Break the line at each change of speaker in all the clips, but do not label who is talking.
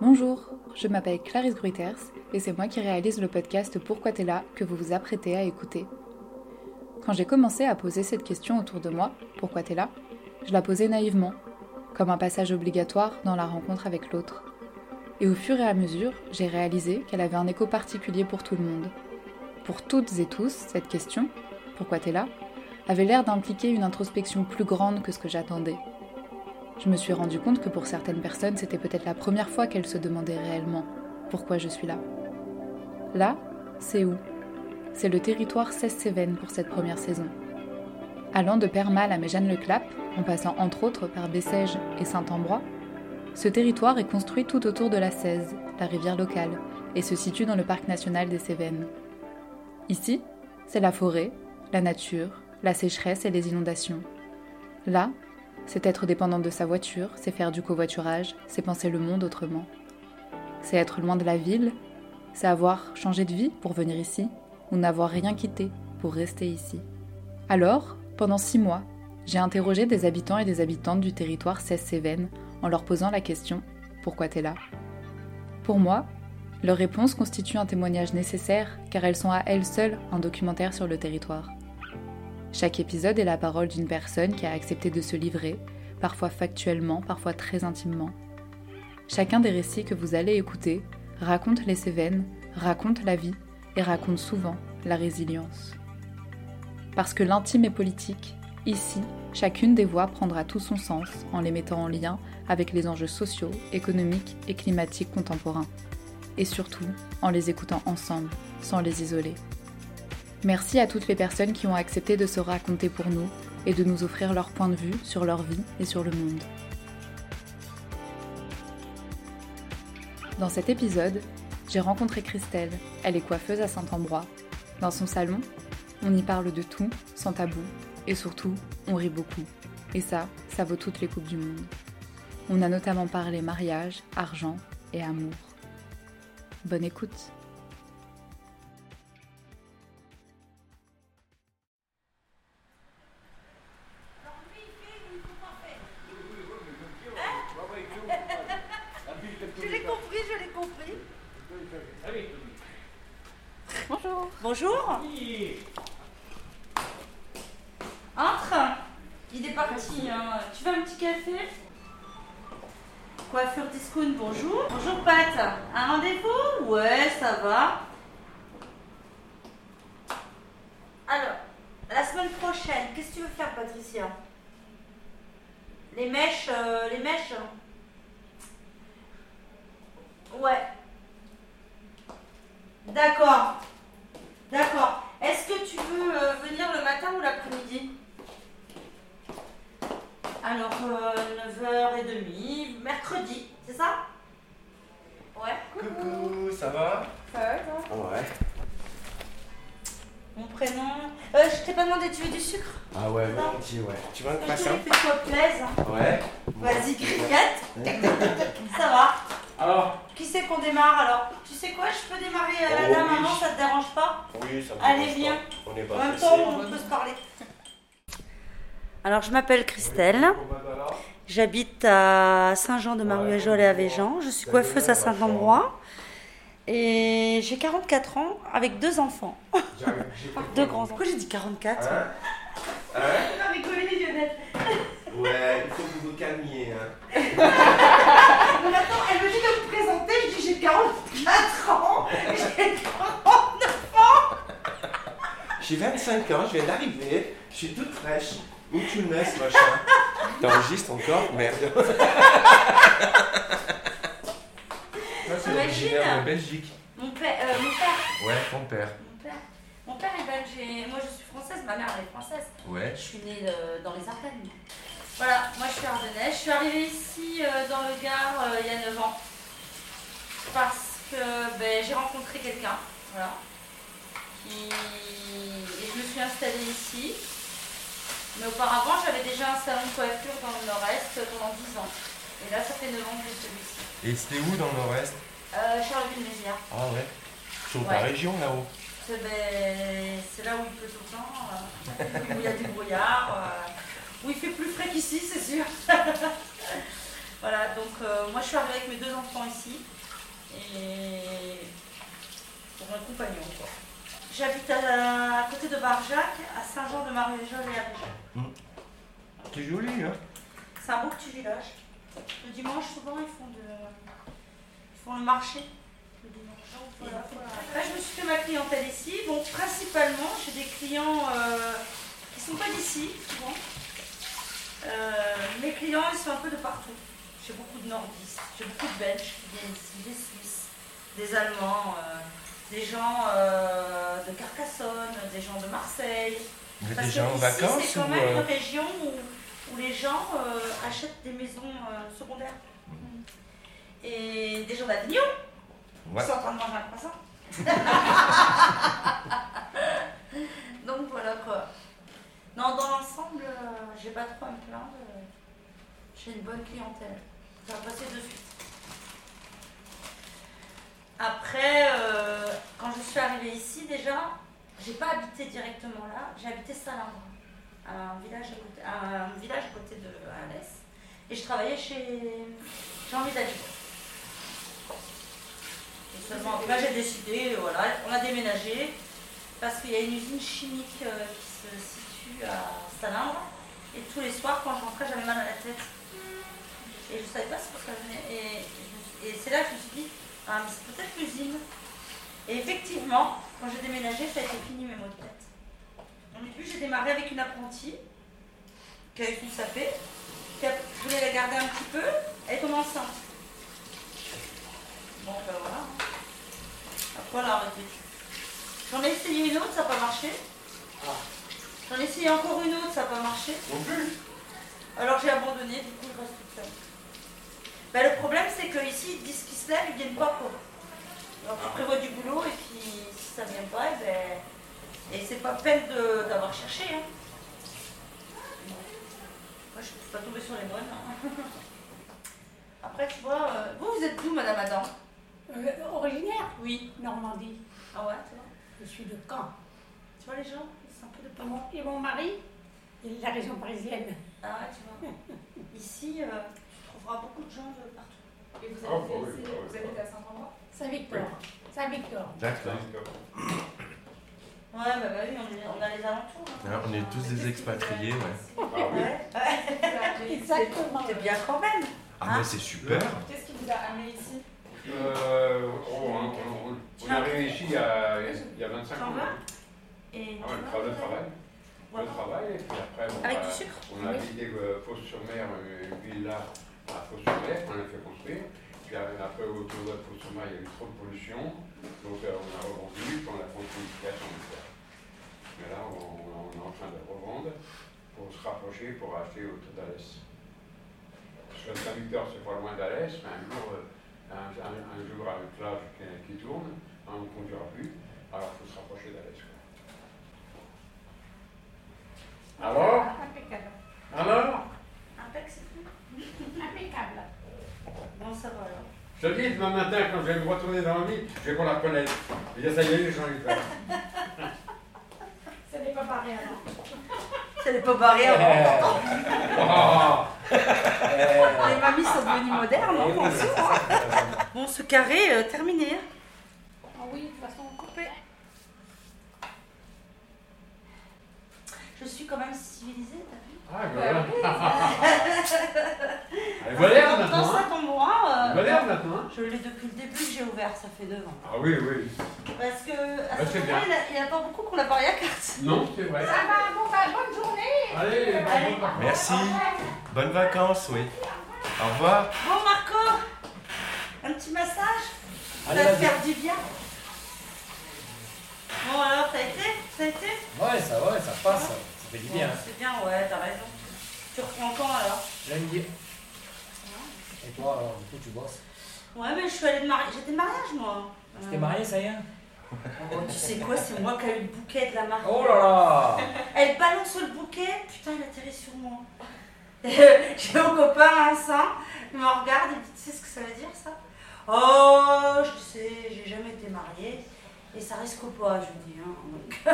Bonjour, je m'appelle Clarisse Gruyters et c'est moi qui réalise le podcast Pourquoi t'es là que vous vous apprêtez à écouter. Quand j'ai commencé à poser cette question autour de moi, Pourquoi t'es là je la posais naïvement, comme un passage obligatoire dans la rencontre avec l'autre. Et au fur et à mesure, j'ai réalisé qu'elle avait un écho particulier pour tout le monde. Pour toutes et tous, cette question, Pourquoi t'es là avait l'air d'impliquer une introspection plus grande que ce que j'attendais. Je me suis rendu compte que pour certaines personnes, c'était peut-être la première fois qu'elles se demandaient réellement pourquoi je suis là. Là, c'est où C'est le territoire 16 Cévennes pour cette première saison. Allant de Permal à Méjeanne-le-Clap, en passant entre autres par Bessèges et Saint-Ambrois, ce territoire est construit tout autour de la 16, la rivière locale, et se situe dans le parc national des Cévennes. Ici, c'est la forêt, la nature, la sécheresse et les inondations. Là, c'est être dépendant de sa voiture, c'est faire du covoiturage, c'est penser le monde autrement. C'est être loin de la ville, c'est avoir changé de vie pour venir ici, ou n'avoir rien quitté pour rester ici. Alors, pendant six mois, j'ai interrogé des habitants et des habitantes du territoire 16 Cévennes en leur posant la question Pourquoi t'es là Pour moi, leurs réponses constituent un témoignage nécessaire car elles sont à elles seules un documentaire sur le territoire. Chaque épisode est la parole d'une personne qui a accepté de se livrer, parfois factuellement, parfois très intimement. Chacun des récits que vous allez écouter raconte les Cévennes, raconte la vie et raconte souvent la résilience. Parce que l'intime est politique, ici, chacune des voix prendra tout son sens en les mettant en lien avec les enjeux sociaux, économiques et climatiques contemporains. Et surtout, en les écoutant ensemble, sans les isoler. Merci à toutes les personnes qui ont accepté de se raconter pour nous et de nous offrir leur point de vue sur leur vie et sur le monde. Dans cet épisode, j'ai rencontré Christelle, elle est coiffeuse à Saint-Ambrois. Dans son salon, on y parle de tout, sans tabou, et surtout, on rit beaucoup. Et ça, ça vaut toutes les coupes du monde. On a notamment parlé mariage, argent et amour. Bonne écoute
Je l'ai compris, je l'ai compris.
Bonjour
Bonjour. Entre. Il est parti. hein. Tu veux un petit café Coiffure Discount, bonjour. Bonjour Pat. Un rendez-vous Ouais, ça va. Alors, la semaine prochaine, qu'est-ce que tu veux faire Patricia Les mèches, euh, les mèches Ouais. D'accord. D'accord. Est-ce que tu veux euh, venir le matin ou l'après-midi Alors, euh, 9h30, mercredi, c'est ça Ouais.
Coucou, ça va Ah Ouais.
Mon prénom. Euh, je t'ai pas demandé, tu veux du sucre
Ah ouais, volontiers, ouais. Tu vas me
Je te
passer
l'ai
un
fait toi plaise.
Ouais.
Vas-y, grignote. Tac, tac, tac, tac. ça va.
Alors
Qui c'est qu'on démarre alors Tu sais quoi, je peux démarrer à
Oh,
la dame
oui.
avant, ça te dérange pas
Oui, ça me
Allez,
dérange
viens.
pas. On est
En
pas
même
pressé.
temps, on peut se parler. Alors, je m'appelle Christelle.
bah,
J'habite à Saint-Jean-de-Maruajol et à Véjean. Je suis coiffeuse à Saint-Ambrois. Et j'ai 44 ans avec deux enfants. Deux grands enfants. Pourquoi j'ai dit 44
Hein Hein
Non, mais collez les Lionel.
Ouais, il faut que vous vous calmiez, hein.
Ah, Mais attends, elle me dit de me présenter. Je dis j'ai 44 ans. J'ai 40 ans.
J'ai 25 ans, je viens d'arriver, je suis toute fraîche. Une coolness, machin. T'enregistres encore Merde. Ça, c'est originaire de Belgique.
Mon père, euh, mon père,
Ouais, ton père.
mon père, mon père est belge. et Moi, je suis française. Ma mère, elle est française.
Ouais.
Je suis née euh, dans les Ardennes. Voilà, moi je suis ardennaise. Je suis arrivée ici euh, dans le Gard euh, il y a 9 ans parce que ben, j'ai rencontré quelqu'un. Voilà. Qui... Et je me suis installée ici. Mais auparavant, j'avais déjà un salon de coiffure dans le Nord-Est pendant 10 ans. Et là, ça fait 9 ans que j'ai celui-ci.
Et c'était où dans le nord-est
Euh, Charleville-Mézières.
Ah ouais. Sur
Ouais.
ta région là-haut.
C'est ben, c'est là où il pleut tout le temps, euh, où il y a du brouillard, euh, où il fait plus frais qu'ici, c'est sûr. Voilà, donc euh, moi je suis arrivée avec mes deux enfants ici et pour mon compagnon. quoi. J'habite à, à côté de Barjac, à Saint-Jean-de-Maréjol et à Béjac.
C'est joli, hein
C'est un beau petit village. Le dimanche, souvent, ils font, de... ils font le marché. Le dimanche. Donc, voilà, voilà. Après, je me suis fait ma clientèle ici. Bon, principalement, j'ai des clients euh, qui ne sont pas d'ici, souvent. Euh, mes clients, ils sont un peu de partout. J'ai beaucoup de nordistes, j'ai beaucoup de Belges qui viennent ici, des Suisses, des Allemands, euh, des gens euh, de Carcassonne, des gens de Marseille.
Vous êtes
Parce
déjà
que
en
ici,
vacances
C'est
ou
quand même
euh,
une région où, où les gens euh, achètent des maisons euh, secondaires. Et des gens d'Avignon
Mm-hmm. ouais.
sont en train de manger un croissant. Donc voilà quoi. Non, dans l'ensemble, euh, j'ai pas trop à me plaindre. euh, J'ai une bonne clientèle. Ça va passer de suite. Après, euh, quand je suis arrivée ici déjà, j'ai pas habité directement là, j'ai habité Salindre, un village à côté, un village à côté de Alès. Et je travaillais chez Jean-Louis Dalibor. Et seulement, là j'ai décidé, voilà, on a déménagé parce qu'il y a une usine chimique euh, qui se situe à Salindre. Et tous les soirs, quand je rentrais, j'avais mal à la tête. Et je savais pas ce que ça venait. Et, je- et c'est là que je me suis dit, ah, mais c'est peut-être l'usine. Et effectivement, quand j'ai déménagé, ça a été fini mes maux de tête. Au début, j'ai démarré avec une apprentie qui a eu son sapé. qui a- Je voulais la garder un petit peu. Elle tombe enceinte. Bon, ben voilà. hein. Après, on l'a arrêtée. J'en ai essayé une autre, ça n'a pas marché.
Ah.
J'en ai essayé encore une autre, ça n'a pas marché.
Non plus
Alors j'ai abandonné, du coup je reste toute seule. Bah, le problème c'est qu'ici ils disent qu'ils se lèvent, ils viennent pas quoi. Alors tu prévois du boulot et puis si ça vient pas, eh ben, et c'est pas peine de- d'avoir cherché. hein. Moi je suis pas tombée sur les bonnes. hein. Après tu vois, euh, vous vous êtes d'où Madame Adam
Euh, originaire
Oui.
Normandie.
Ah ouais, tu vois.
Je suis de Caen.
Tu vois les gens, ils sont un peu de
Et
partout.
mon, et mon mari Il est de la région parisienne.
Ah ouais, tu vois. Ici, euh, tu trouveras beaucoup de gens de partout.
Et vous
Ah,
habitez
bah oui,
aussi-
bah oui,
vous habitez à Saint-André
Saint-Victor. Saint-Victor.
D'accord.
Ouais, bah, bah oui, on, est- on a les alentours. hein.
Alors, On est tous des expatriés, ouais.
Ah oui.
Ouais. ouais.
Exactement.
C'est bien quand même.
Ah, mais c'est super
Qu'est-ce qui vous a amené ici
Euh, oh, on, on- on a réfléchi il y a, il y a 25 ans.
T'en vas Et
Ah, le travail, le travail. Le travail, et puis après, bon,
Avec
bah,
du sucre
on a visité euh, Fos-sur-Mer, euh, une villa à Fos-sur-Mer, on l'a fait construire. Puis euh, après, autour de Fos-sur-Mer, il y a eu trop de pollution. Donc euh, on a revendu, puis on a construit une place en hiver. Mais là, on, on est en train de revendre pour se rapprocher, pour acheter autour d'Alès. Parce que Saint-Victor, c'est pas loin d'Alès, mais un jour, euh, un, un- un jour avec l'âge qui, qui tourne, hein, on ne conduira plus, alors il faut se rapprocher d'Alès. quoi. Alors
Impeccable.
alors,
Impec, c'est tout.
Impeccable.
Bon, ça va alors.
je te dis, demain matin, quand je vais me retourner dans le lit, je vais qu'on la connaître. Je vais dire, ça y est, j'en ai peur.
Ce n'est pas pareil avant.
C'est les pop barrières.
Eh,
Ah,
eh.
Les mamies sont devenues modernes. hein.
ah.
Bon, ce carré, euh, terminé. hein.
Ah oui, de toute façon, coupé.
Je suis quand même civilisée, t'as vu
Ah,
Bah
voilà.
oui,
Elle est moderne
Dans
maintenant. hein.
cet endroit,
Elle
euh,
est moderne maintenant. hein.
je l'ai depuis le début que j'ai ouvert, ça fait deux ans.
Ah oui, oui.
Parce que à
Bah,
cet
c'est
endroit,
bien.
il, a- il attend beaucoup qu'on la parie à carte.
Non, c'est vrai.
Ça va, bon, bah, bonne journée.
Allez,
Allez.
bon, bon, bon.
Merci Bonnes vacances, oui. Au revoir
Bon, Marco, un petit massage Ça va
Allez,
te
vas-y.
faire du bien. Bon, alors, ça a été Ça a été
Ah Ouais, ça va, ça passe. Ça fait du bien.
Bon, C'est bien, ouais, t'as raison. Tu reprends quand alors
Lundi. Et toi, alors, du coup, tu bosses.
Ouais, mais je suis allée de mariage. J'étais de mariage, moi.
T'es
Euh,
marié, ça y est
oh, Tu sais quoi, c'est moi qui ai eu le bouquet de la mariée.
Oh là là
Elle balance le bouquet, putain, il atterrit sur moi. J'ai mon copain, un saint, il me regarde, il me dit, tu sais ce que ça veut dire ça Oh, je sais, j'ai jamais été mariée, et ça risque pas, je lui dis. Hein, donc.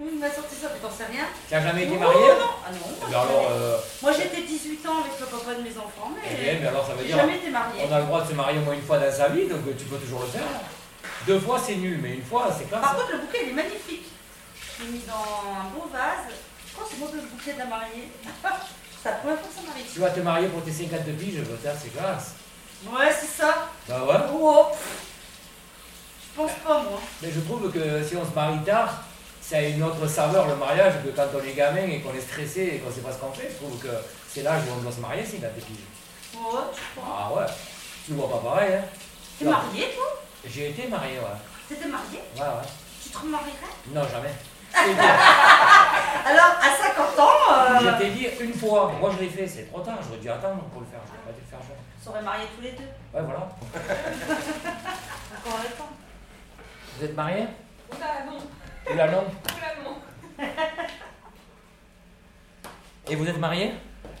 il m'a sorti ça, mais t'en sais rien.
Tu n'as jamais été
Oh,
marié
non, Ah non.
Eh
moi,
bien alors, euh,
j'avais- Moi j'étais 18 ans avec le papa de mes enfants,
eh
mais
bien, mais alors ça veut
j'ai
dire
jamais été mariée.
on a le droit de se marier au moins une fois dans sa vie, donc euh, tu peux toujours le faire. Deux fois c'est nul, mais une fois c'est classe.
Par contre, le bouquet il est magnifique. Je l'ai mis dans un beau vase. Je pense que c'est moi le bouquet de la mariée. c'est la première fois que ça m'arrive.
Tu vas te marier pour tes 52 piges, je veux dire, c'est classe.
Ouais, c'est ça.
Bah ouais.
Oh, oh. Je pense pas, moi.
Mais je trouve que si on se marie tard, ça a une autre saveur le mariage que quand on est gamin et qu'on est stressé et qu'on sait pas ce qu'on fait. Je trouve que c'est l'âge où on doit se marier, c'est quand t'es pige.
Ouais, je crois.
Ah ouais, tu le vois pas pareil. Hein.
T'es
Non.
mariée, toi
J'ai été marié, ouais.
T'étais mariée
Ouais, ouais.
Tu te remarierais
Non, jamais. C'est bien.
Alors, à 50 ans,
Je
euh,
t'ai dit une fois, moi je l'ai fait, c'est trop tard, j'aurais dû attendre pour le faire, je vais pas dû le faire jeune.
on serait mariés tous les deux.
Ouais, voilà.
Encore le temps.
Vous êtes mariés
Oula, non,
Oula non.
oula, non.
Et vous êtes mariés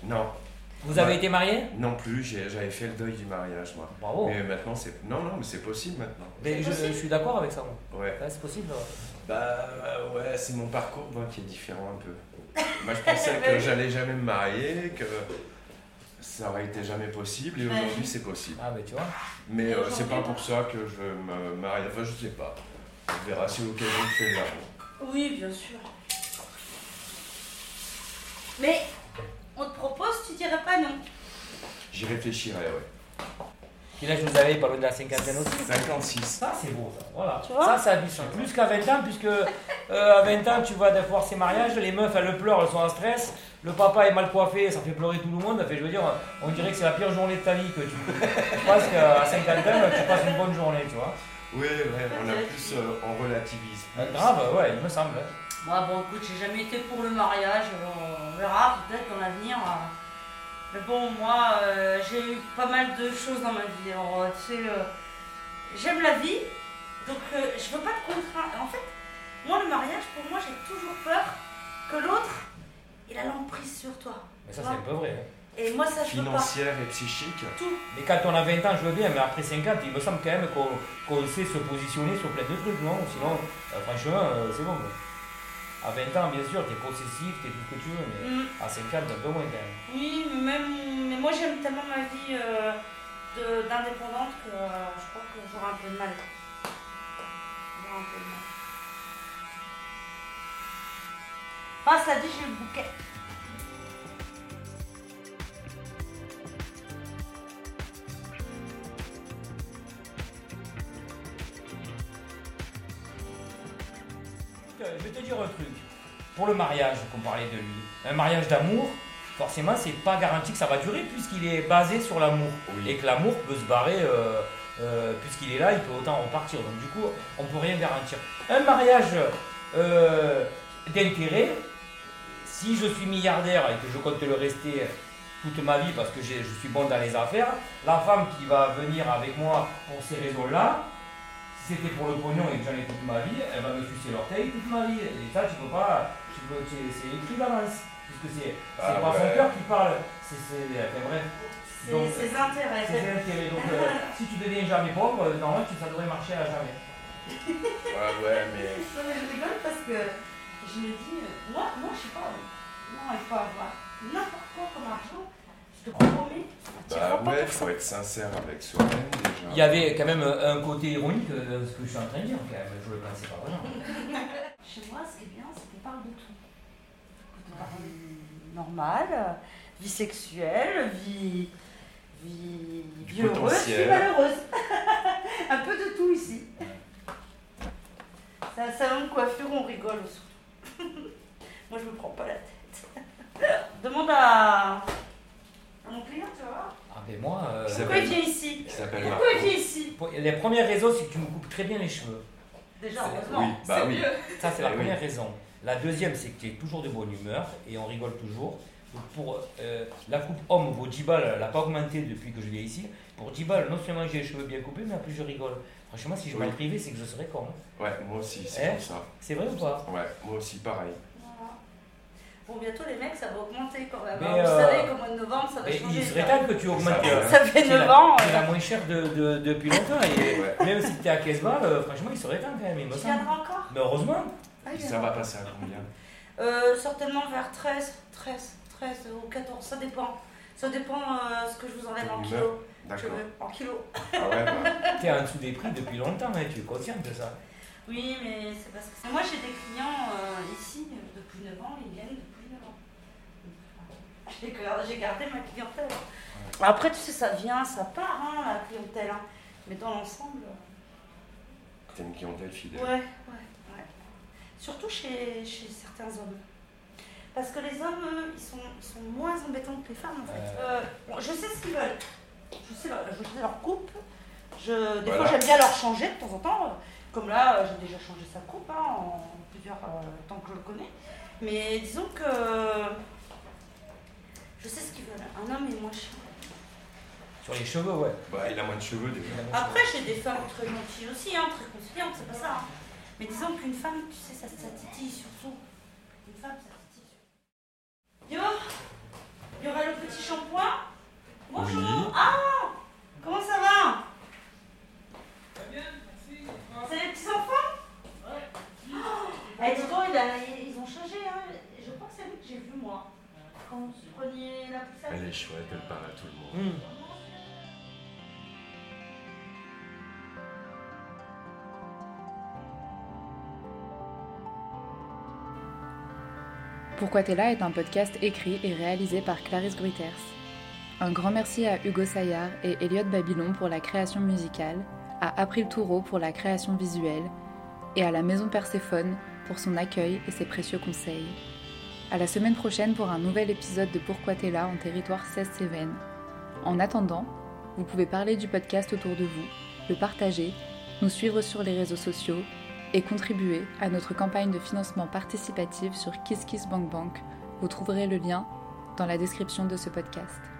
Non,
Vous avez
Ouais.
été mariés
non plus, j'ai- j'avais fait le deuil du mariage, moi.
Oh.
Bravo.
Mais maintenant, c'est. Non, non, mais c'est possible maintenant.
Mais je, je suis d'accord avec ça. moi.
Ouais.
Ouais, c'est possible. ouais.
Bah ouais, c'est mon parcours, moi, qui est différent un peu. moi, je pensais que j'allais jamais me marier, que ça aurait été jamais possible, et aujourd'hui, c'est possible.
Ah, mais tu vois.
Mais euh,
Aujourd'hui,
c'est pas
non.
pour ça que je me marie. Enfin, je sais pas. On verra si l'occasion me fait de l'amour.
Oui, bien sûr. Mais on te propose, tu dirais pas non.
J'y réfléchirai, ouais.
Puis là, je vous avais parlé de la cinquantaine aussi.
56.
Ça, c'est beau, ça. Voilà.
Tu vois
ça, ça a du sens. Plus qu'à 20 ans, puisque euh, à 20 ans, tu vas voir ces mariages, les meufs, elles pleurent, elles sont en stress, le papa est mal coiffé, ça fait pleurer tout le monde. Ça Fait, je veux dire, on dirait que c'est la pire journée de ta vie que tu, tu passes qu'à 50 ans, tu passes une bonne journée, tu vois.
Oui, ouais, on a plus. euh, on relativise.
Euh, grave, ouais, il me semble.
Moi, bon, écoute, j'ai jamais été pour le mariage. alors On verra peut-être dans l'avenir. euh. Mais bon, moi, euh, j'ai eu pas mal de choses dans ma vie. Alors, euh, tu sais, euh, j'aime la vie, donc euh, je veux pas de contraintes. En fait, moi, le mariage, pour moi, j'ai toujours peur que l'autre, il a l'emprise sur toi.
Mais ça, c'est un peu vrai. hein.
Et moi, ça, je veux pas.
Financière et psychique.
Tout.
Mais quand on a 20 ans, je veux bien, mais après 50, il me semble quand même qu'on qu'on sait se positionner sur plein de trucs, non Sinon, euh, franchement, euh, c'est bon. mais À 20 ans, bien sûr, t'es possessif, t'es tout ce que tu veux, mais
Mm.
à 50, un peu moins quand même.
Oui, mais même, mais moi j'aime tellement ma vie euh, de- d'indépendante que euh, je crois que j'aurai un peu de mal. J'aurai un peu de mal. Ah, ça dit, j'ai le bouquet.
Euh, Je vais te dire un truc. Pour le mariage qu'on parlait de lui, un mariage d'amour, forcément, c'est pas garanti que ça va durer puisqu'il est basé sur l'amour.
Oui.
Et que l'amour peut se barrer euh, euh, puisqu'il est là, il peut autant repartir. Donc, du coup, on peut rien garantir. Un mariage euh, d'intérêt, si je suis milliardaire et que je compte le rester toute ma vie parce que j'ai- je suis bon dans les affaires, la femme qui va venir avec moi pour ces raisons-là, si c'était pour le pognon et que j'en ai toute ma vie, elle va me sucer l'orteil toute ma vie. Et ça, tu peux pas. Tu peux, tu- c'est écrit d'avance. Puisque c'est c'est
Ah
pas
ouais.
son cœur qui parle. C'est. c'est- enfin, bref,
C'est
Donc,
ses intérêts.
c'est ses intérêts. Donc, euh, si tu deviens jamais pauvre, euh, normalement, tu- ça devrait marcher à jamais.
Ouais, ouais, mais.
Non, mais je rigole parce que je me dis, euh, moi, moi je sais pas, non, il faut avoir n'importe quoi comme argent. Je te promets, tu
Bah
feras pas
ouais,
pour
faut être sincère avec soi-même déjà.
Il y avait quand même euh, un côté ironique euh, de ce que je suis en train de dire, quand même. Je le pensais pas vraiment.
Chez moi, ce qui est bien, c'est qu'on parle de tout. On peut parler normal, euh, vie sexuelle, vie, vie,
Du
vie heureuse, vie
potentiel.
malheureuse. Un peu de tout ici. C'est un salon de coiffure, on rigole surtout. Moi, je me prends pas la tête. Demande à, à mon client, tu vois.
Ah, mais moi. euh,
Ça
Pourquoi il vient ici
Qui s'appelle Marco.
Pourquoi il vient ici
pour- la première raison, c'est que tu me coupes très bien les cheveux.
Déjà,
Oui,
heureusement.
bah oui.
Ça, c'est la
Eh oui.
première raison. La deuxième, c'est que tu es toujours de bonne humeur et on rigole toujours. Donc, Pour euh, la coupe homme vaut 10 balles, elle n'a pas augmenté depuis que je viens ici. Pour 10 balles, non seulement j'ai les cheveux bien coupés, mais en plus je rigole. Franchement, si je
Oui.
m'en privais, c'est que je serais con. hein.
Ouais, moi aussi, c'est
Eh
pour ça.
C'est vrai ou pas
Ouais, moi aussi, pareil.
Voilà. Bon, bientôt les mecs, ça va augmenter quand même.
Mais,
hein. Vous
euh,
savez qu'au mois de novembre, ça va
Mais
changer.
il serait
ça.
temps que tu augmentes.
Ça va.
euh,
Ça fait
t'es
9
la-
ans.
t'es la
euh,
moins chère de, de- depuis longtemps. Et
Ouais.
même si tu es à 15 balles, euh, franchement, il serait temps quand même, il me
Tu
semble.
viendras encore
Mais heureusement,
Ah, il
Ça
viendra.
va passer à combien
Euh, certainement vers 13, 13, 13 ou 14, ça dépend. Ça dépend euh, ce que je vous enlève en
Une
kilo. Je
D'accord.
veux, en kilo.
Ah ouais, bah,
T'es en dessous des prix depuis longtemps, hein, tu es consciente de ça.
Oui, mais c'est parce que. Moi j'ai des clients euh, ici euh, depuis 9 ans, ils viennent depuis 9 ans. J'ai gardé, j'ai gardé ma clientèle. Après, tu sais, ça vient, ça part, hein, la clientèle. hein. Mais dans l'ensemble. euh,
t'es une clientèle fidèle.
Ouais, ouais, ouais. Surtout chez, chez certains hommes. Parce que les hommes, eux, ils sont, ils sont moins embêtants que les femmes, en fait.
Euh.
Euh, bon, je sais ce qu'ils veulent. Je sais leur, je sais leur coupe. Je, des
Voilà.
fois, j'aime bien leur changer de temps en temps. Comme là, euh, j'ai déjà changé sa coupe hein, en plusieurs euh, temps que je le connais. Mais disons que euh, je sais ce qu'ils veulent. Un homme est moins chiant.
Sur les cheveux, ouais.
Bah, il a moins de cheveux déjà.
Après, j'ai des femmes très gentilles aussi, hein, très conciliantes, c'est pas ça. hein. Mais disons qu'une femme, tu sais, ça, ça titille surtout. Une femme, ça titille surtout. Yo Il y aura le petit shampoing Bonjour
Oui.
Ah Comment ça va C'est les petits enfants Ouais. Eh, dis donc, il a- ils ont changé, hein. Je crois que c'est lui que j'ai vu, moi. Quand vous preniez la poussette.
Elle est chouette, elle parle à tout le monde.
Hmm.
Pourquoi t'es là est un podcast écrit et réalisé par Clarisse Gruiters. Un grand merci à Hugo Sayard et Elliot Babylon pour la création musicale, à April Toureau pour la création visuelle et à la Maison Perséphone pour son accueil et ses précieux conseils. À la semaine prochaine pour un nouvel épisode de Pourquoi t'es là en territoire 16 Cévennes. En attendant, vous pouvez parler du podcast autour de vous, le partager, nous suivre sur les réseaux sociaux et contribuer à notre campagne de financement participatif sur KissKissBankBank. Vous trouverez le lien dans la description de ce podcast.